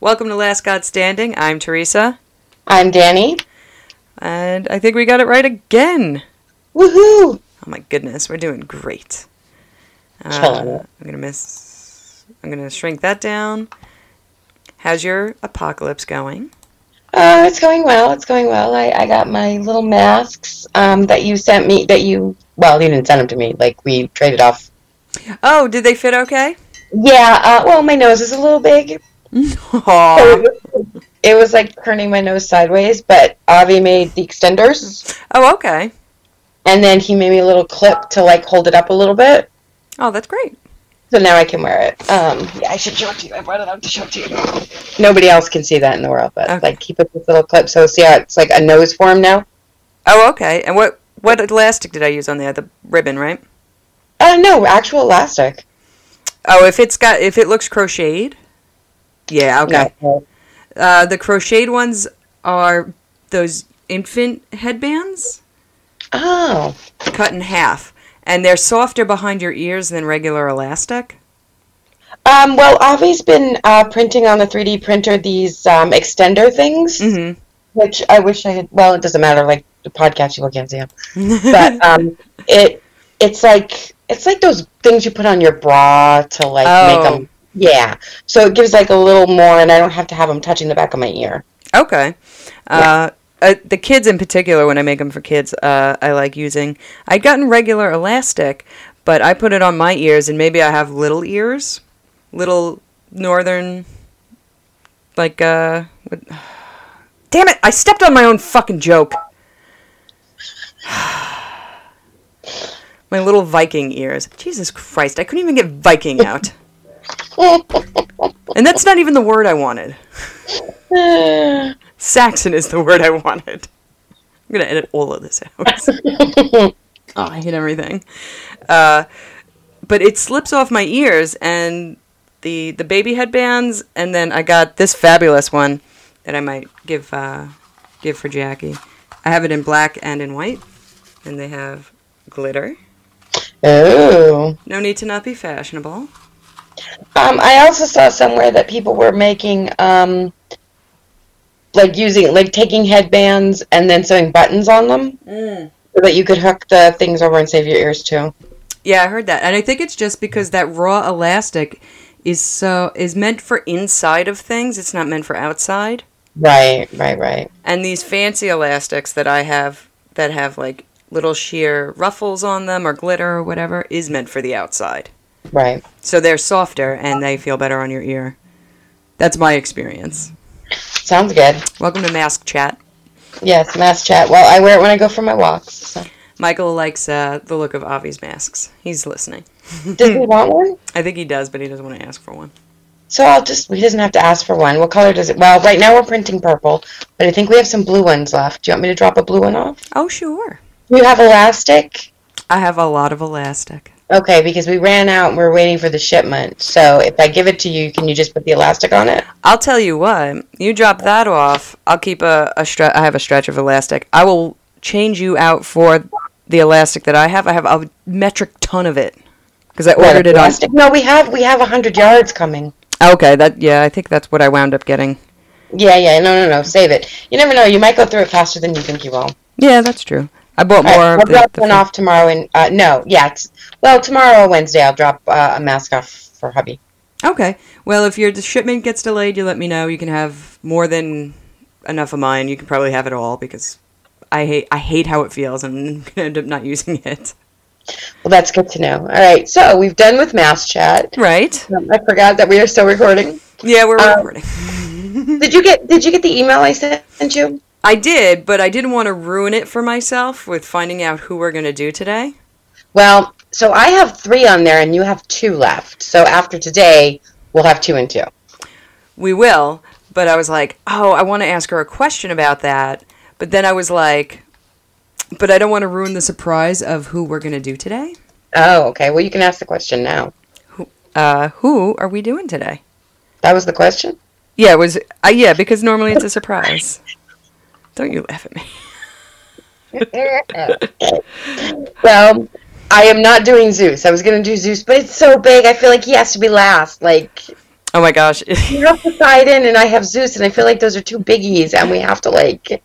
Welcome to Last God Standing. I'm Teresa, I'm Danny. and I think we got it right again. Oh Woohoo! my goodness, we're doing great. Killing Uh, it. I'm gonna miss. I'm gonna shrink that down. How's your apocalypse going? Uh, it's going well. It's going well. I, I got my little masks um, that you sent me. That you well, you didn't send them to me. Like we traded off. Oh, did they fit okay? Yeah. Uh, well, my nose is a little big. Aw. Um, It was like turning my nose sideways, but Avi made the extenders, Oh, okay. and then he made me a little clip to like hold it up a little bit. Oh, that's great. So now I can wear it. Um, yeah, I should show it to you. I brought it out to show it to you. Nobody else can see that in the world, but Okay. like he put this little clip. So see how it's like a nose form now. Oh, okay. And what what elastic did I use on there? The ribbon, right? Uh, no, actual elastic. Oh, if it's got if it looks crocheted. Yeah. Okay. No. Uh, the crocheted ones are those infant headbands Oh, cut in half, and they're softer behind your ears than regular elastic. um, well, Avi's been uh, printing on the 3D printer these um, extender things, Mm-hmm. which I wish I had. Well, it doesn't matter. Like the podcast, people can't see them, but um, it it's like it's like those things you put on your bra to like make Oh. them. Yeah, so it gives like a little more, and I don't have to have them touching the back of my ear. okay. Uh, uh, the kids in particular, when I make them for kids, uh, I like using. I'd gotten regular elastic, but I put it on my ears, and maybe I have little ears, little northern, like uh. What, damn it! I stepped on my own fucking joke. My little Viking ears. Jesus Christ! I couldn't even get Viking out, and that's not even the word I wanted. Saxon is the word I wanted. I'm gonna edit all of this out. oh, I hate everything. Uh, but it slips off my ears and the the baby headbands, and then I got this fabulous one that I might give uh, give for Jackie. I have it in black and in white, and they have glitter. oh. No need to not be fashionable. Um, I also saw somewhere that people were making, um, like using, like taking headbands and then sewing buttons on them so that you could hook the things over and save your ears too. Yeah, I heard that, and I think it's just because that raw elastic is so is meant for inside of things. It's not meant for outside. Right, right, right. And these fancy elastics that I have that have like little sheer ruffles on them or glitter or whatever is meant for the outside. Right. So they're softer and they feel better on your ear. That's my experience. Sounds good. Welcome to Mask Chat. Yes, mass chat. Well, I wear it when I go for my walks. So. Michael likes uh, the look of Avi's masks. He's listening. Does he want one? I think he does, but he doesn't want to ask for one. So I'll just, he doesn't have to ask for one. What color does it? Well, right now we're printing purple, but I think we have some blue ones left. Do you want me to drop a blue one off? Oh, sure. Do you have elastic? I have a lot of elastic. Okay, because we ran out and we're waiting for the shipment. So if I give it to you, can you just put the elastic on it? I'll tell you what. You drop that off. I'll keep a, a stre- I have a stretch of elastic. I will change you out for the elastic that I have. I have a metric ton of it because I ordered it on. elastic? No, we have we have hundred yards coming. Okay, that yeah. I think that's what I wound up getting. Yeah, yeah, no, no, no, save it. You never know. You might go through it faster than you think you will. Yeah, that's true. I bought All more. right, of I'll the- drop the one fir- off tomorrow. And uh, no, yeah, it's, well, tomorrow or Wednesday I'll drop uh, a mask off for hubby. Okay. Well, if your shipment gets delayed, you let me know. You can have more than enough of mine. You can probably have it all because I hate I hate how it feels and I'm gonna end up not using it. Well, that's good to know. All right, so we've done with mass chat. Right? Um, I forgot that we are still recording. Yeah, we're Um, recording. Did you get Did you get the email I sent you? I did, but I didn't want to ruin it for myself with finding out who we're going to do today. Well, so I have three on there, and you have two left. So after today, we'll have two and two. We will, but I was like, oh, I want to ask her a question about that. But then I was like, but I don't want to ruin the surprise of who we're going to do today. Oh, okay. Well, you can ask the question now. Uh, who are we doing today? That was the question. Yeah, it was uh, yeah because normally it's a surprise. Don't you laugh at me. well, I am not doing Zeus. I was gonna do Zeus, but it's so big. I feel like he has to be last. Like Oh my gosh. you have Poseidon and I have Zeus, and I feel like those are two biggies, and we have to like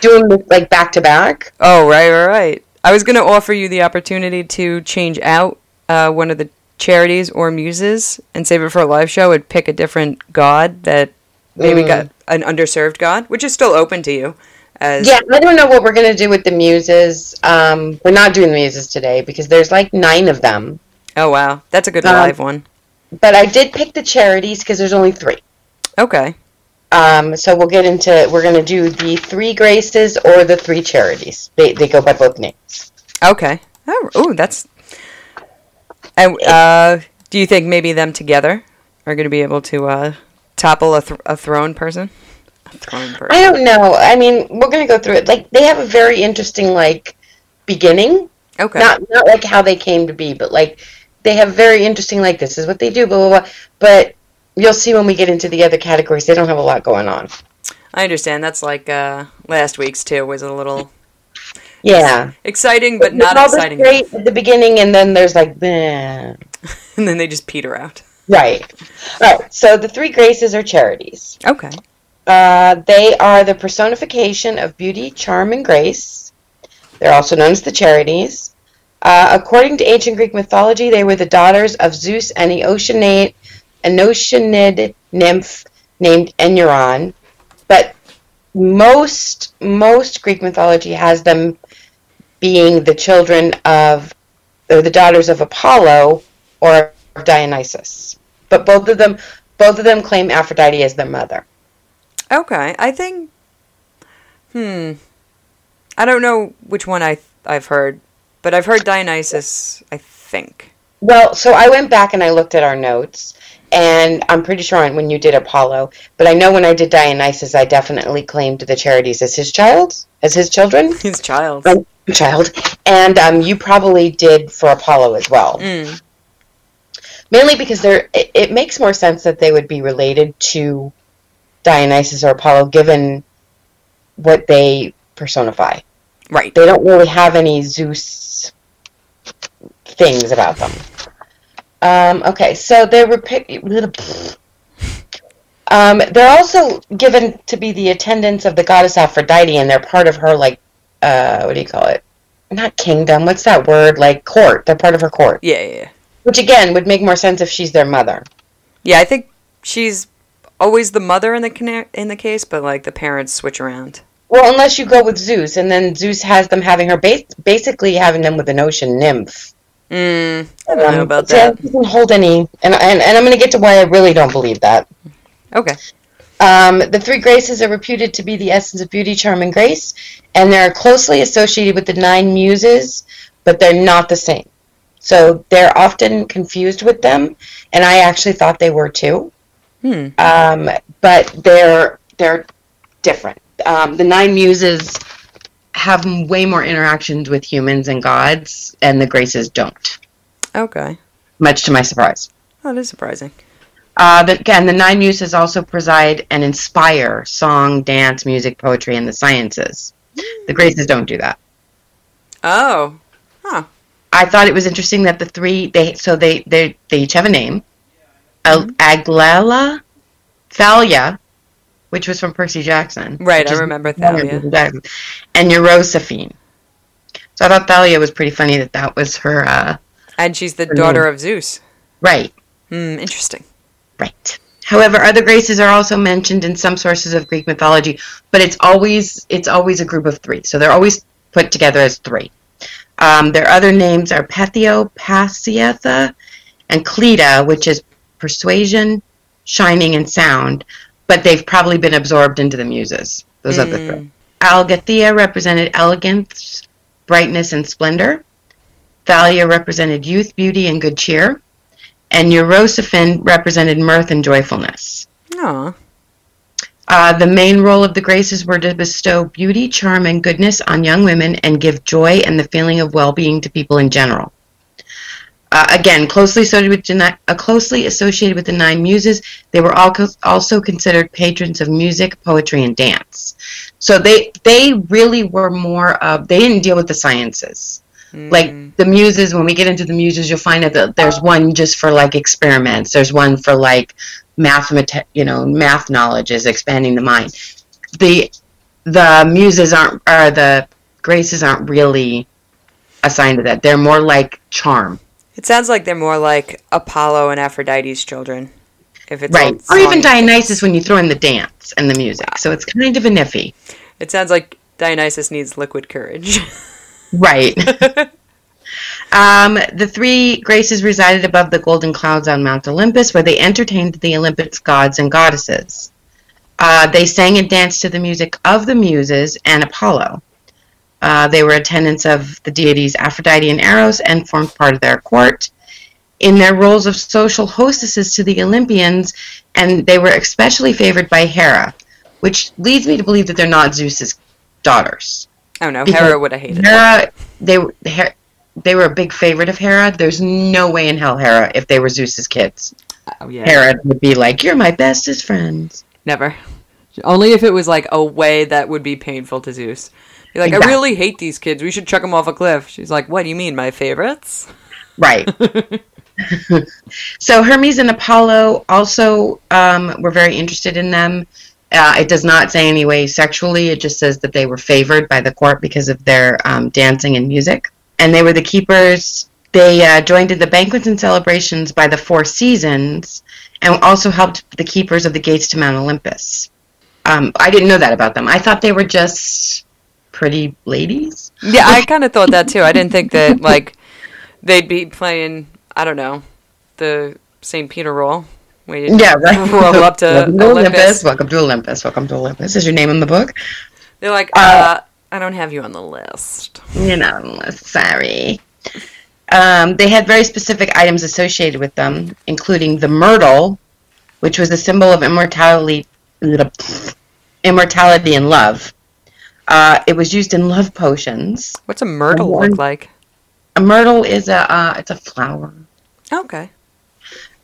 do them like back to back. Oh right, right, right. I was going to offer you the opportunity to change out uh, one of the charities or muses and save it for a live show and pick a different god that maybe Mm. got an underserved god, which is still open to you. As Yeah, I don't know what we're gonna do with the muses. Um, we're not doing the muses today because there's like nine of them. oh wow, that's a good Um, live one. But I did pick the charities because there's only three. Okay, Um, so we'll get into we're gonna do the three graces or the three charities. They they go by both names. okay. Oh, ooh, that's. And uh, do you think maybe them together are going to be able to uh, topple a, th- a throne person? A throne person. I don't know. I mean, we're gonna go through it. Like they have a very interesting like beginning. Okay. Not not like how they came to be, but like they have very interesting like this is what they do, blah blah blah. But you'll see when we get into the other categories, they don't have a lot going on. I understand. That's like uh, last week's too was a little Yeah. exciting, but not There's all this exciting. enough. great at the beginning and then there's like meh. And then they just peter out. Right. All right. So the three graces are charities. Okay. Uh, they are the personification of beauty, charm, and grace. They're also known as the Charities. Uh, according to ancient Greek mythology, they were the daughters of Zeus and the Oceanate, an Oceanid nymph named Enuron. But most most Greek mythology has them being the children of or the daughters of Apollo or of Dionysus. But both of them both of them claim Aphrodite as their mother. Okay. I think. Hmm. I don't know which one I I've heard, but I've heard Dionysus. I think. Well, so I went back and I looked at our notes, and I'm pretty sure on when you did Apollo, but I know when I did Dionysus, I definitely claimed the Charities as his child, as his children, His child. Um, child, and um, you probably did for Apollo as well, Mm. mainly because they're. It, it makes more sense that they would be related to Dionysus or Apollo, given what they personify. Right. They don't really have any Zeus things about them. Um, okay, so they were pick- um, they're also given to be the attendants of the goddess Aphrodite, and they're part of her like uh, what do you call it? Not kingdom. What's that word? Like court. They're part of her court, Yeah. Yeah. Yeah. which again would make more sense if she's their mother. Yeah, I think she's always the mother in the cana- in the case, but like the parents switch around. Well, unless you go with Zeus, and then Zeus has them having her bas- basically having them with an ocean nymph. Mm. I don't know Um, about yeah, that. it doesn't hold any, and, and, and I'm going to get to why I really don't believe that. Okay. Um, the three graces are reputed to be the essence of beauty, charm, and grace, and they're closely associated with the nine muses, but they're not the same. So they're often confused with them, and I actually thought they were too, Hmm. um, but they're they're different. Um, the nine muses have m- way more interactions with humans and gods, and the graces don't, Okay. much to my surprise. Oh, that is surprising. Uh, the, again, the nine muses also preside and inspire song, dance, music, poetry, and the sciences. The graces don't do that. Oh. I thought it was interesting that the three they so they they they each have a name. Mm-hmm. Al- Aglala, Thalia, which was from Percy Jackson. Right, which I is- remember Thalia. Jackson, And Eurosephine. So I thought Thalia was pretty funny that that was her. Uh, And she's the Her daughter of Zeus. right. Hmm. Interesting. Right. However, other graces are also mentioned in some sources of Greek mythology, but it's always it's always a group of three, so they're always put together as three. Um, their other names are Pethio, Pasietha, and Cleta, which is persuasion, shining, and sound, but they've probably been absorbed into the muses. Those other Mm. three. Algathea represented elegance, brightness, and splendor. Thalia represented youth, beauty, and good cheer. And Eurosophon represented mirth and joyfulness. Aw. Uh, the main role of the graces were to bestow beauty, charm, and goodness on young women and give joy and the feeling of well being to people in general. Uh, again, closely associated, with, the ni- uh, closely associated with the nine muses, they were all co- also considered patrons of music, poetry, and dance. So they they really were more of they didn't deal with the sciences. Mm. Like the muses, when we get into the muses, you'll find out that there's one just for like experiments. There's one for like mathemat you know, math knowledge is expanding the mind. The the muses aren't or the graces aren't really assigned to that. They're more like charm. It sounds like they're more like Apollo and Aphrodite's children. If it's right, or even Dionysus when you throw in the dance and the music. Wow. So it's kind of a iffy. It sounds like Dionysus needs liquid courage. right. um, the three graces resided above the golden clouds on Mount Olympus, where they entertained the Olympic gods and goddesses. Uh, they sang and danced to the music of the Muses and Apollo. Uh, they were attendants of the deities Aphrodite and Eros and formed part of their court. In their roles of social hostesses to the Olympians, and they were especially favored by Hera, which leads me to believe that they're not Zeus's daughters. Oh no, because Hera would have hated Hera. They were Hera, they were a big favorite of Hera. There's no way in hell Hera, if they were Zeus's kids, oh, yeah. Hera would be like, "You're my bestest friends." Never. Only if it was like a way that would be painful to Zeus. You're like, exactly. I really hate these kids. We should chuck them off a cliff. She's like, What do you mean, my favorites? Right. so Hermes and Apollo also um, were very interested in them. Uh, it does not say anyway sexually. It just says that they were favored by the court because of their um, dancing and music, and they were the keepers. They uh, joined in the banquets and celebrations by the four seasons, and also helped the keepers of the gates to Mount Olympus. Um, I didn't know that about them. I thought they were just pretty ladies. Yeah, I kind of thought that too. I didn't think that like they'd be playing. I don't know the St. Peter role. Where yeah, right. Roll up to welcome to Olympus. Olympus. Welcome to Olympus. Welcome to Olympus. Is your name in the book? They're like, uh, uh, I don't have you on the list. You're not on the list. Sorry. Um, they had very specific items associated with them, including the myrtle, which was a symbol of immortality, immortality and love. Uh, it was used in love potions. What's a myrtle one, look like? A myrtle is a uh, it's a flower. Okay.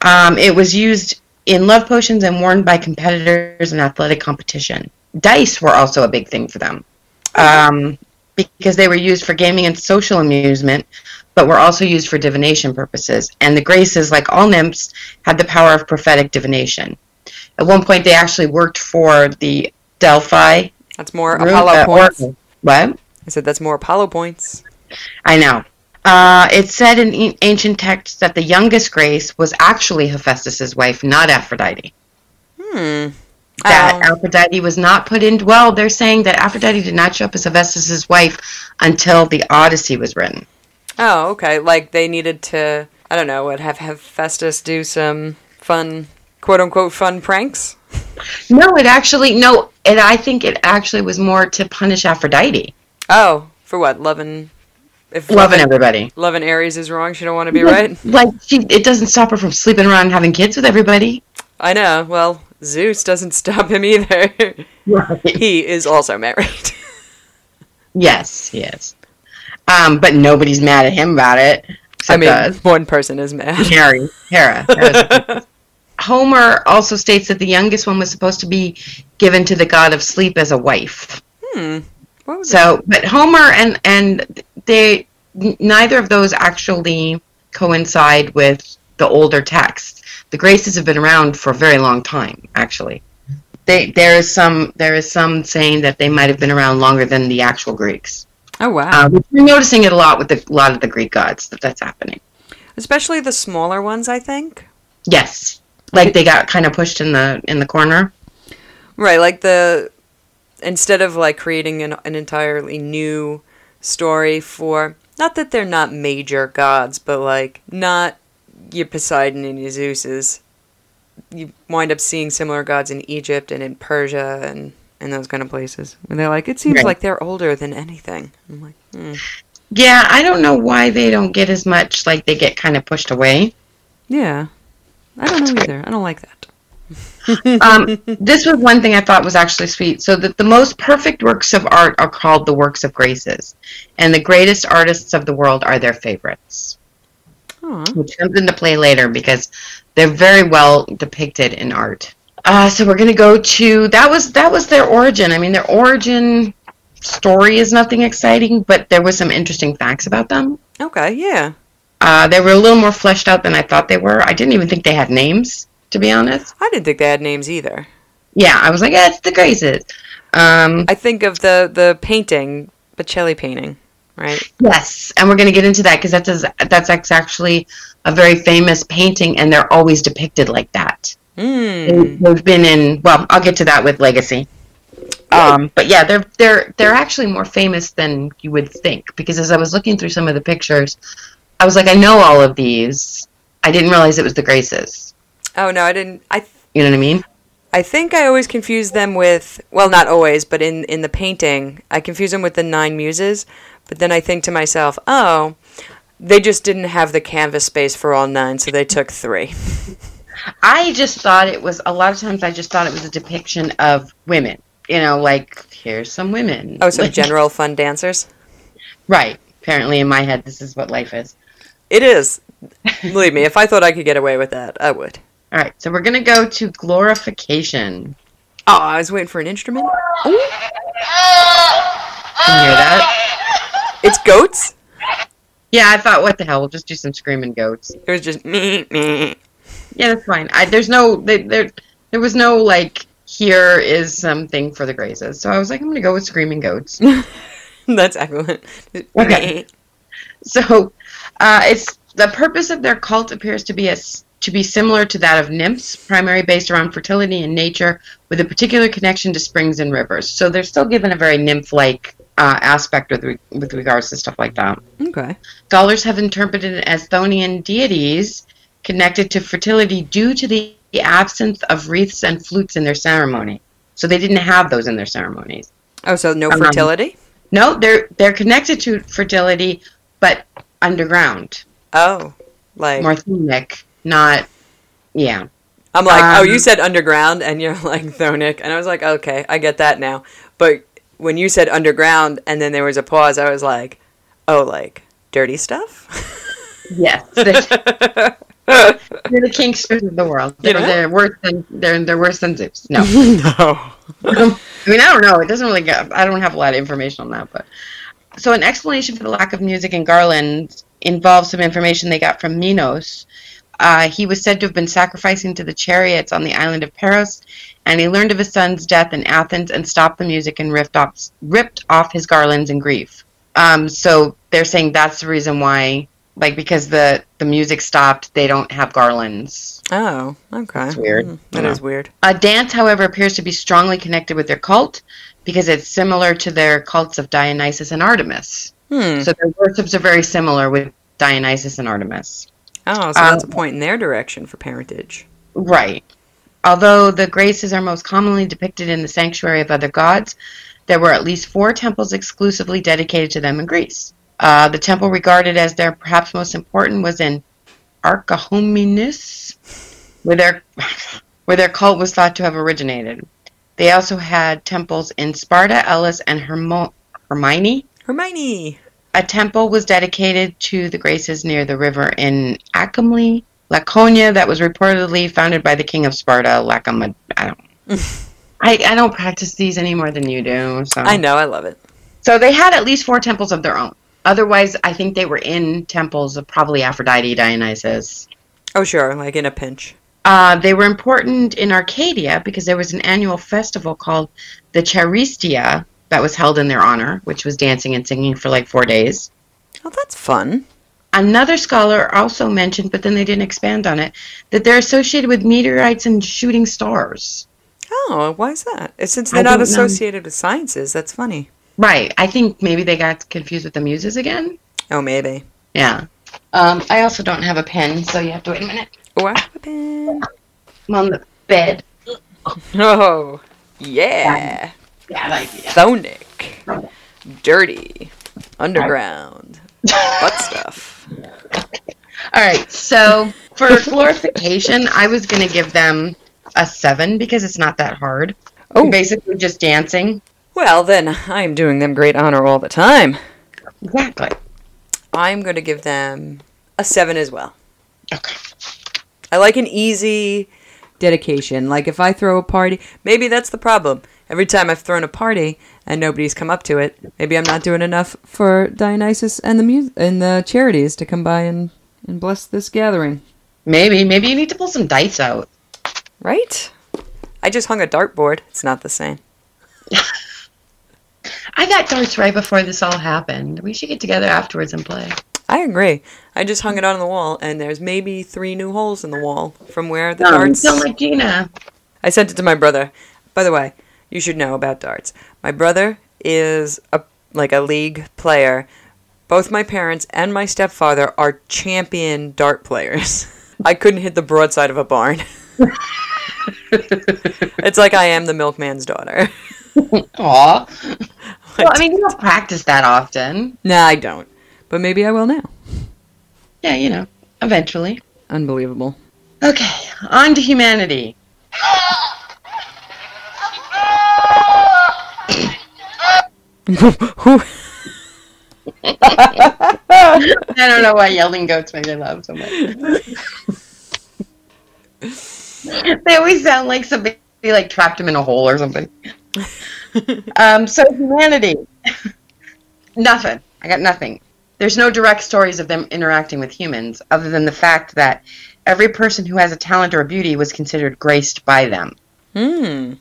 Um, it was used in love potions and worn by competitors in athletic competition. Dice were also a big thing for them um, because they were used for gaming and social amusement, but were also used for divination purposes. And the graces, like all nymphs, had the power of prophetic divination. At one point, they actually worked for the Delphi. That's more room, Apollo uh, points. Or, what? I said that's more Apollo points. I know. Uh, it said in ancient texts that the youngest Grace was actually Hephaestus's wife, not Aphrodite. Hmm. That oh. Aphrodite was not put in. Well, they're saying that Aphrodite did not show up as Hephaestus's wife until the Odyssey was written. Oh, okay. Like they needed to, I don't know, what have Hephaestus do some fun, quote unquote, fun pranks? No, it actually no, and I think it actually was more to punish Aphrodite. Oh, for what? Loving if loving, loving everybody. Loving Aries is wrong. She don't want to be right. Like she, it doesn't stop her from sleeping around and having kids with everybody. I know. Well, Zeus doesn't stop him either. Right. he is also married. yes, yes. Um, but nobody's mad at him about it. uh, I mean, us. one person is mad. Harry, Hera. Homer also states that the youngest one was supposed to be given to the god of sleep as a wife. Hmm. So, it? but Homer and and they neither of those actually coincide with the older texts. The graces have been around for a very long time, actually. They, there is some there is some saying that they might have been around longer than the actual Greeks. Oh wow! Um, we're noticing it a lot with the, a lot of the Greek gods that that's happening, especially the smaller ones. I think. Yes, like they got kind of pushed in the in the corner. Right, like the instead of like creating an, an entirely new story for not that they're not major gods, but like not your Poseidon and your Zeus's. You wind up seeing similar gods in Egypt and in Persia and and those kind of places. And they're like, it seems right. like they're older than anything. I'm like, mm. yeah, I don't know why they don't get as much. Like they get kind of pushed away. Yeah, I don't know either. I don't like that. um, this was one thing I thought was actually sweet. So that the most perfect works of art are called the works of graces, and the greatest artists of the world are their favorites, Aww. which comes into play later because they're very well depicted in art. Uh, so we're going to go to that was that was their origin. I mean, their origin story is nothing exciting, but there was some interesting facts about them. Okay, yeah. Uh, they were a little more fleshed out than I thought they were. I didn't even think they had names, to be honest. I didn't think they had names either. Yeah, I was like, yeah, it's the Graces. Um, I think of the the painting, Bocelli painting, right? Yes, and we're going to get into that because that's a, that's ex- actually a very famous painting, and they're always depicted like that. Mm. They, have been in. Well, I'll get to that with Legacy. Um, but yeah, they're they're they're actually more famous than you would think because as I was looking through some of the pictures, I was like, I know all of these. I didn't realize it was the Graces. Oh no, I didn't. I th- You know what I mean? I think I always confuse them with well, not always, but in in the painting, I confuse them with the Nine Muses. But then I think to myself, oh, they just didn't have the canvas space for all nine, so they took three. I just thought it was a lot of times. I just thought it was a depiction of women. You know, like here's some women. Oh, so Like- general fun dancers. Right. Apparently, in my head, this is what life is. It is. Believe me, if I thought I could get away with that, I would. All right, so we're gonna go to glorification. Oh, I was waiting for an instrument. Can you hear that? It's goats. Yeah, I thought, what the hell? We'll just do some screaming goats. It was just me, me. Yeah, that's fine. I, there's no there, there. There was no like. Here is something for the grazes. So I was like, I'm gonna go with screaming goats. That's excellent. Okay. so uh, it's the purpose of their cult appears to be as to be similar to that of nymphs, primarily based around fertility and nature, with a particular connection to springs and rivers. So they're still given a very nymph-like uh, aspect with re- with regards to stuff like that. Okay. Scholars have interpreted it as Thonian deities connected to fertility due to the absence of wreaths and flutes in their ceremony. So they didn't have those in their ceremonies. Oh, so no Um, fertility. No, they're they're connected to fertility, but underground, Oh, like more thonic, not yeah. I'm like, oh, you um, said underground, and you're like Thonic, and I was like, okay, I get that now. But when you said underground, and then there was a pause, I was like, oh, like dirty stuff. Yes, they're, they're the kinksters of the world. You They're, know? they're worse than they're they're worse than Zeus. No. no. Um, I mean, I don't know. It doesn't really go. I don't have a lot of information on that, but so an explanation for the lack of music in Garland involves some information they got from Minos. Uh, he was said to have been sacrificing to the chariots on the island of Paros, and he learned of his son's death in Athens and stopped the music and ripped off ripped off his garlands in grief. Um, so they're saying that's the reason why, like, because the the music stopped, they don't have garlands. Oh, okay. That's weird. That Yeah. is weird. Uh, dance, however, appears to be strongly connected with their cult because it's similar to their cults of Dionysus and Artemis. Hmm. So their worships are very similar with Dionysus and Artemis. Oh, so Um, that's a point in their direction for parentage. Right. Although the graces are most commonly depicted in the sanctuary of other gods, there were at least four temples exclusively dedicated to them in Greece. Uh, the temple regarded as their perhaps most important was in Archomenes, where their where their cult was thought to have originated. They also had temples in Sparta, Elis, and Hermo- Hermione. Hermione. A temple was dedicated to the Graces near the river in Acumli, Laconia, that was reportedly founded by the king of Sparta, Lacoma. I don't. I, I don't practice these any more than you do. So I know. I love it. So they had at least four temples of their own. Otherwise, I think they were in temples of probably Aphrodite, Dionysus. Oh, sure. Like in a pinch. Uh, they were important in Arcadia because there was an annual festival called the Charistia that was held in their honor, which was dancing and singing for like four days. Oh, that's fun. Another scholar also mentioned, but then they didn't expand on it, that they're associated with meteorites and shooting stars. Oh, why is that? Since I they're not don't know. associated with sciences, that's funny. Right. I think maybe they got confused with the muses again. Oh, maybe. Yeah. Um, I also don't have a pen, so you have to wait a minute. Oh, I have a pen. I'm on the bed. Oh, yeah. Bad idea. Thonic. Dirty. Underground. Butt stuff. All right. So for glorification, I was going to give them a seven because it's not that hard. Oh. Basically, just dancing. Well, then, I'm doing them great honor all the time. Exactly. I'm going to give them a seven as well. Okay. I like an easy dedication. Like if I throw a party, maybe that's the problem. Every time I've thrown a party and nobody's come up to it, maybe I'm not doing enough for Dionysus and the mu- and the charities to come by and, and bless this gathering. Maybe, maybe you need to pull some dice out. Right? I just hung a dartboard. It's not the same. I got darts right before this all happened. We should get together afterwards and play. I agree. I just hung it on the wall, and there's maybe three new holes in the wall from where the darts. No, Regina. I sent it to my brother. By the way, you should know about darts. My brother is a like a league player. Both my parents and my stepfather are champion dart players. I couldn't hit the broadside of a barn. it's like I am the milkman's daughter. Aw. Well, I mean, you don't practice that often. nah, I don't. But maybe I will now. Yeah, you know, eventually. Unbelievable. Okay, on to humanity. Who? I don't know why yelling goats make me laugh so much. they always sound like somebody like trapped him in a hole or something. um, so humanity, nothing. I got nothing. There's no direct stories of them interacting with humans, other than the fact that every person who has a talent or a beauty was considered graced by them. Hmm.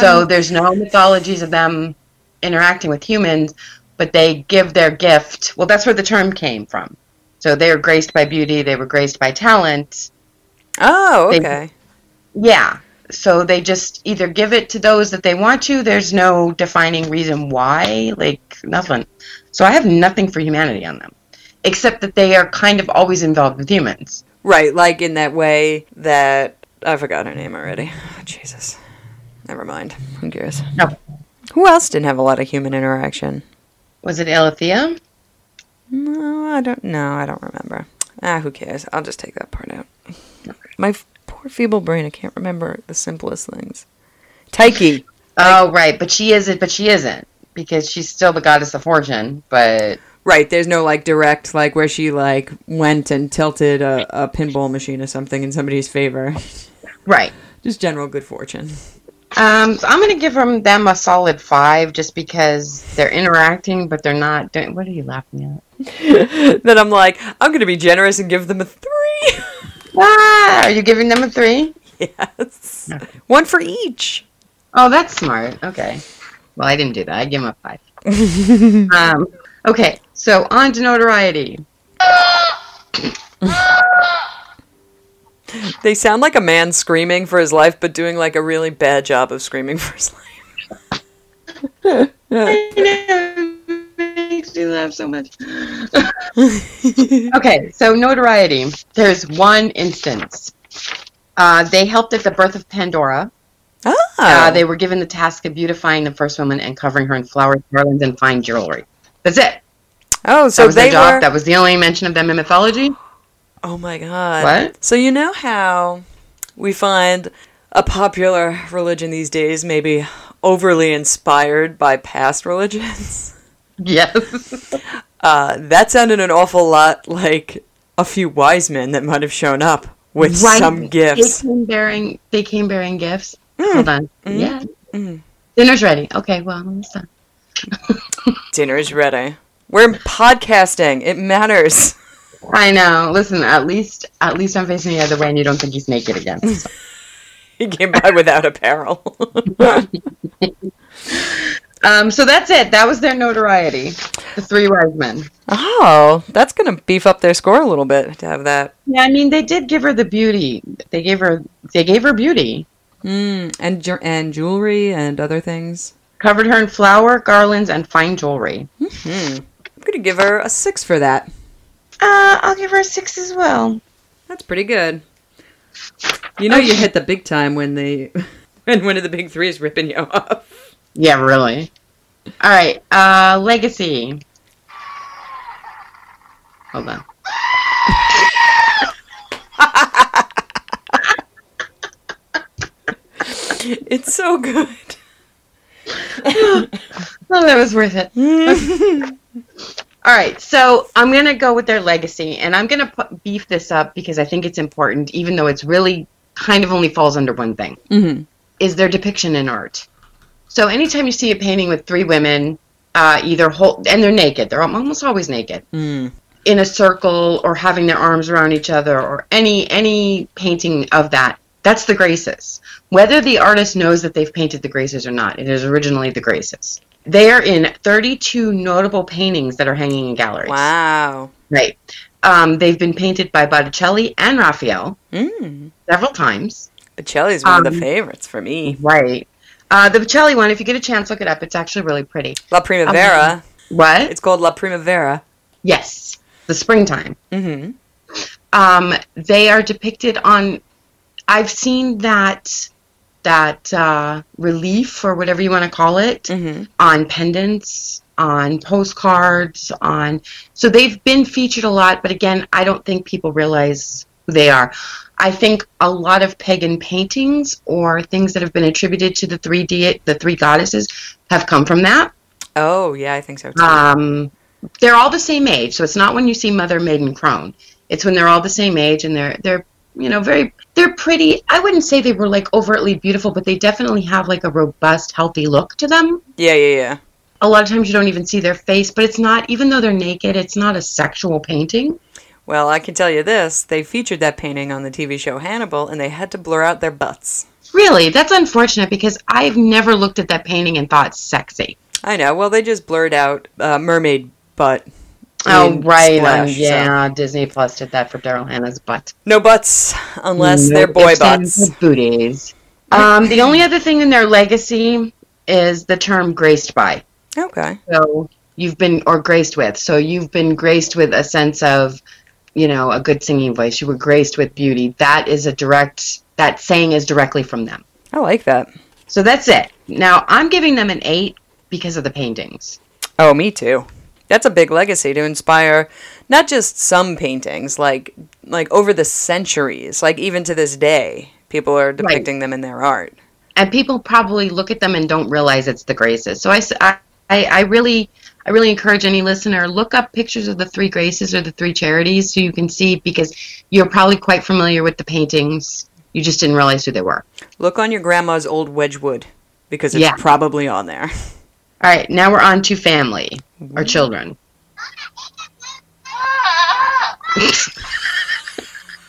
So there's no mythologies of them interacting with humans, but they give their gift. Well, that's where the term came from. So they were graced by beauty, they were graced by talent. Oh, They- okay. Yeah. So they just either give it to those that they want to. There's no defining reason why, like nothing. So I have nothing for humanity on them, except that they are kind of always involved with humans. Right, like in that way that I forgot her name already. Jesus. Never mind. Who cares? No. Who else didn't have a lot of human interaction? Was it Alethea? No, I don't know. I don't remember. Ah, who cares? I'll just take that part out. My f- poor feeble brain, I can't remember the simplest things. Taiki. Oh, right. But she isn't. But she isn't because she's still the goddess of fortune. But Right, there's no like direct like where she like went and tilted a, a pinball machine or something in somebody's favor. right. Just general good fortune. Um, so I'm gonna give them them a solid five just because they're interacting, but they're not doing. What are you laughing at? then I'm like, I'm gonna be generous and give them a three. Ah, are you giving them a three? yes. One for each. Oh, that's smart. Okay. Well, I didn't do that. I give him a five. um, okay, so on to notoriety. They sound like a man screaming for his life, but doing like a really bad job of screaming for his life. makes me laugh so much. okay, so notoriety. There's one instance. Uh, they helped at the birth of Pandora. ah, Uh, they were given the task of beautifying the first woman and covering her in flowers, garlands, and fine jewelry. That's it. oh, that so was their they job. were. That was the only mention of them in mythology. oh my god. What? So you know how we find a popular religion these days maybe overly inspired by past religions. Yes. Uh, that sounded an awful lot like a few wise men that might have shown up with Right. some gifts. Hmm. They came bearing. They came bearing gifts. Hold on. Yeah. Dinner's ready. Okay. Well, I'm almost done. Dinner is ready. We're podcasting. It matters. I know. Listen. At least, at least I'm facing the other way, and you don't think he's naked again. Hmm. He came by without apparel. um. So that's it. That was their notoriety. The three wise men. oh, that's going to beef up their score a little bit to have that. Yeah. I mean, they did give her the beauty. They gave her. They gave her beauty. Mm, and, ju- and jewelry and other things. Covered her in flower garlands and fine jewelry. Hmm. I'm going to give her a six for that. Uh, I'll give her a six as well. That's pretty good. You know, you hit the big time when they. when one of the big three is ripping you off. Yeah, really. All right, uh, legacy. Hold on. It's so good. Oh, that was worth it. All right, so I'm gonna go with their legacy, and I'm gonna pu- beef this up because I think it's important, even though it's really kind of only falls under one thing: Mm-hmm. is their depiction in art. So anytime you see a painting with three women, uh, either hold and they're naked, they're almost always naked, Mm. in a circle or having their arms around each other or any any painting of that, that's the Graces. Whether the artist knows that they've painted the Graces or not, it is originally the Graces. They are in 32 notable paintings that are hanging in galleries. Wow. Right. Um, they've been painted by Botticelli and Raphael Mm. several times. Bocelli's one of the Um, favorites for me. Right. Uh, the Botticelli one, if you get a chance, look it up. It's actually really pretty. La Um, mm-hmm. Primavera. What? it's called La Primavera. yes. The springtime. Mm-hmm. Um, they are depicted on. I've seen that that uh, relief or whatever you want to call it Mm-hmm. on pendants, on postcards, on so they've been featured a lot, but again, I don't think people realize who they are. I think a lot of pagan paintings or things that have been attributed to the three de- the three goddesses have come from that. Oh yeah, I think so too. Um, they're all the same age, so it's not when you see Mother, Maid, and Crone. It's when they're all the same age and they're they're you know very they're pretty. I wouldn't say they were like overtly beautiful, but they definitely have like a robust, healthy look to them yeah, yeah, yeah. a lot of times you don't even see their face, but it's not, even though they're naked, it's not a sexual painting. Well, I can tell you this: they featured that painting on the TV show Hannibal, and they had to blur out their butts. Really, that's unfortunate because I've never looked at that painting and thought sexy. I know. Well, they just blurred out uh, mermaid butt. Oh, in right. Splash, um, so- yeah, Disney Plus did that for Daryl Hannah's butt. No butts unless No they're boy ifs, ands, butts. or Booties. Um, the only other thing in their legacy is the term graced by. Okay. So you've been, or graced with. So you've been graced with a sense of, you know, a good singing voice. You were graced with beauty. That is a direct, that saying is directly from them. I like that. So that's it. Now I'm giving them an eight because of the paintings. Oh, me too. That's a big legacy to inspire not just some paintings, like like over the centuries, like even to this day, people are depicting them in their art. And people probably look at them and don't realize it's the graces. So I, s- I- I- I really, I really encourage any listener look up pictures of the three graces or the three charities so you can see because you're probably quite familiar with the paintings. You just didn't realize who they were. Look on your grandma's old Wedgwood because it's Yeah. probably on there. All right, now we're on to family or children.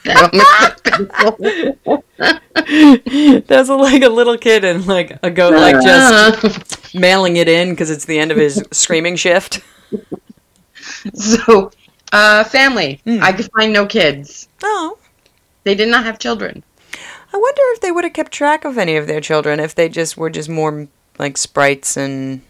That one was so There's a, like a little kid and like a goat Uh-huh. like just beautiful. mailing it in because it's the end of his screaming shift. So, uh, family. I could find no kids. Oh, They did not have children. I wonder if they would have kept track of any of their children if they just were just more like sprites and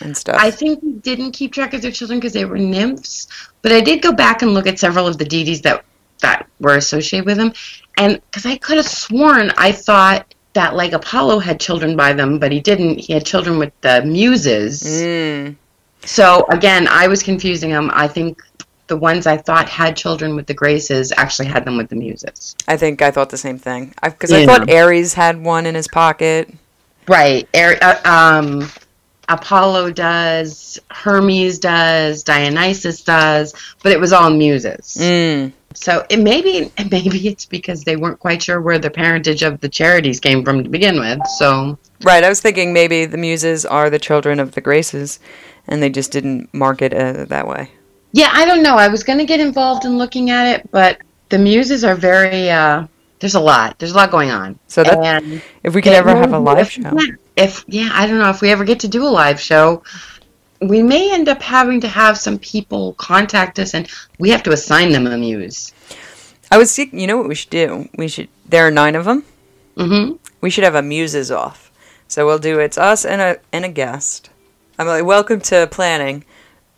and stuff. I think they didn't keep track of their children because they were nymphs. But I did go back and look at several of the deities that that were associated with them, and because I could have sworn I thought that like Apollo had children by them, but he didn't. He had children with the muses. Mm. So again, I was confusing them. I think the ones I thought had children with the graces actually had them with the muses. I think I thought the same thing because I, Yeah. thought Ares had one in his pocket. Right. Air, uh, um, Apollo does, Hermes does, Dionysus does, but it was all muses. Mm. So it maybe maybe it's because they weren't quite sure where the parentage of the charities came from to begin with. So Right, I was thinking maybe the Muses are the children of the Graces, and they just didn't mark it uh, that way. yeah, I don't know. I was going to get involved in looking at it, but the muses are very. Uh, there's a lot. There's a lot going on. So that and if we could It ever have a will live if- show, yeah, If yeah, I don't know if we ever get to do a live show, we may end up having to have some people contact us, and we have to assign them a muse. I was thinking, you know what we should do? We should. There are nine of them. hmm We should have a muses off. So we'll do it's us and a and a guest. I'm like, welcome to planning,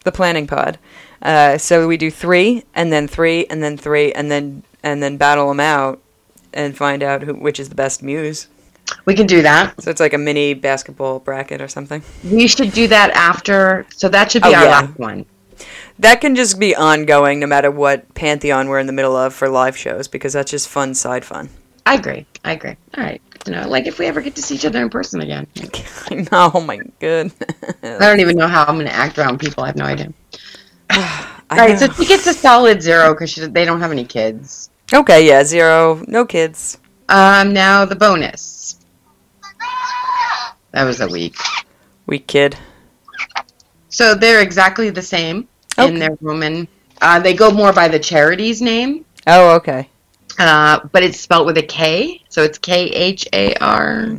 the planning pod. Uh, so we do three and then three and then three and then and then battle them out and find out who which is the best muse. We can do that. So it's like a mini basketball bracket or something. We should do that after. So that should be Oh, our yeah. last one. That can just be ongoing, no matter what pantheon we're in the middle of for live shows, because that's just fun side fun. I agree. I agree. All right. You know, like if we ever get to see each other in person again. oh my goodness. I don't even know how I'm going to act around people. I have no idea. All right. So she gets a solid zero because they don't have any kids. Okay, yeah, zero, no kids. Um, now the bonus. That was a week. Weak kid. So they're exactly the same Okay. in their Roman. Uh, they go more by the charity's name, Oh, okay. uh, but it's spelled with a K, so it's K H A R.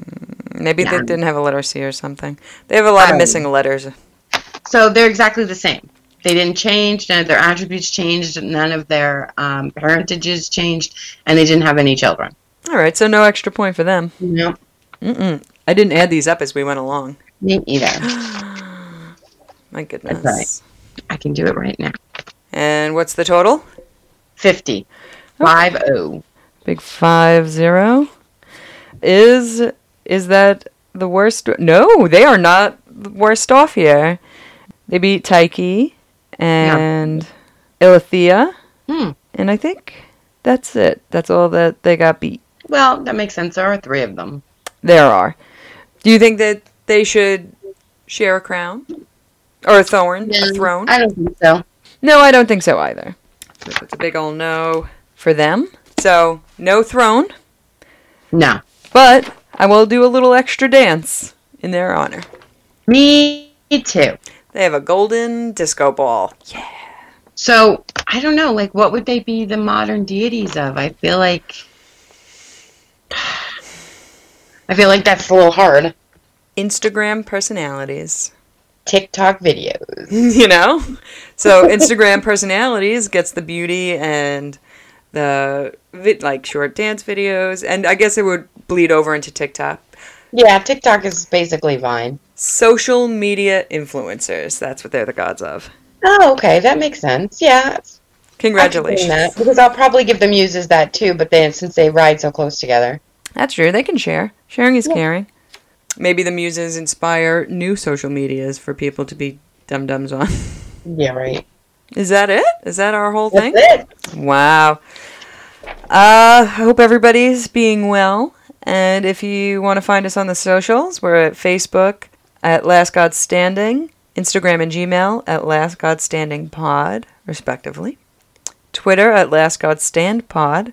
Maybe they Yeah. didn't have a letter C or something. They have a lot of Um, missing letters. So they're exactly the same. They didn't change. None of their attributes changed. None of their um, parentages changed, and they didn't have any children. All right, so no extra point for them. No, Mm-mm. I didn't add these up as we went along. me either. My goodness. right. I can do it right now. And what's the total? Fifty. Five oh. Big five zero. Is is that the worst? No, they are not the worst off here. They beat Taiki and Ilithia, Hmm. and I think that's it. That's all that they got beat. Well, that makes sense. There are three of them. There are. Do you think that they should share a crown or a thorn, a throne? I don't think so. No, I don't think so either. So That's a big old no for them. So no throne, No. but I will do a little extra dance in their honor. Me too. They have a golden disco ball. So I don't know, like what would they be the modern deities of? I feel like I feel like that's a little hard. Instagram personalities. TikTok videos. you know? So Instagram personalities gets the beauty and the vi- like short dance videos and I guess it would bleed over into TikTok. Yeah, TikTok is basically Vine. Social media influencers. That's what they're the gods of. Oh, okay, that makes sense. Yeah. I can blame Congratulations. That, because I'll probably give the muses that too, but then since they ride so close together. That's true. They can share. Sharing is caring. Maybe the muses inspire new social medias for people to be dum dums on. Yeah, right. Is that it? Is that our whole That's thing? it. Wow. Uh, I hope everybody's being well. And if you want to find us on the socials, we're at Facebook at Last God Standing, Instagram and Gmail at Last God Standing Pod, respectively, Twitter at Last God Stand Pod,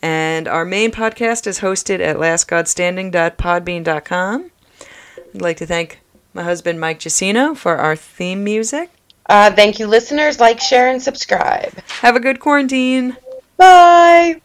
and our main podcast is hosted at lastgodstanding.podbean.com. I'd like to thank my husband Mike Giacino for our theme music. Uh, thank you, listeners. Like, share, and subscribe. Have a good quarantine. Bye.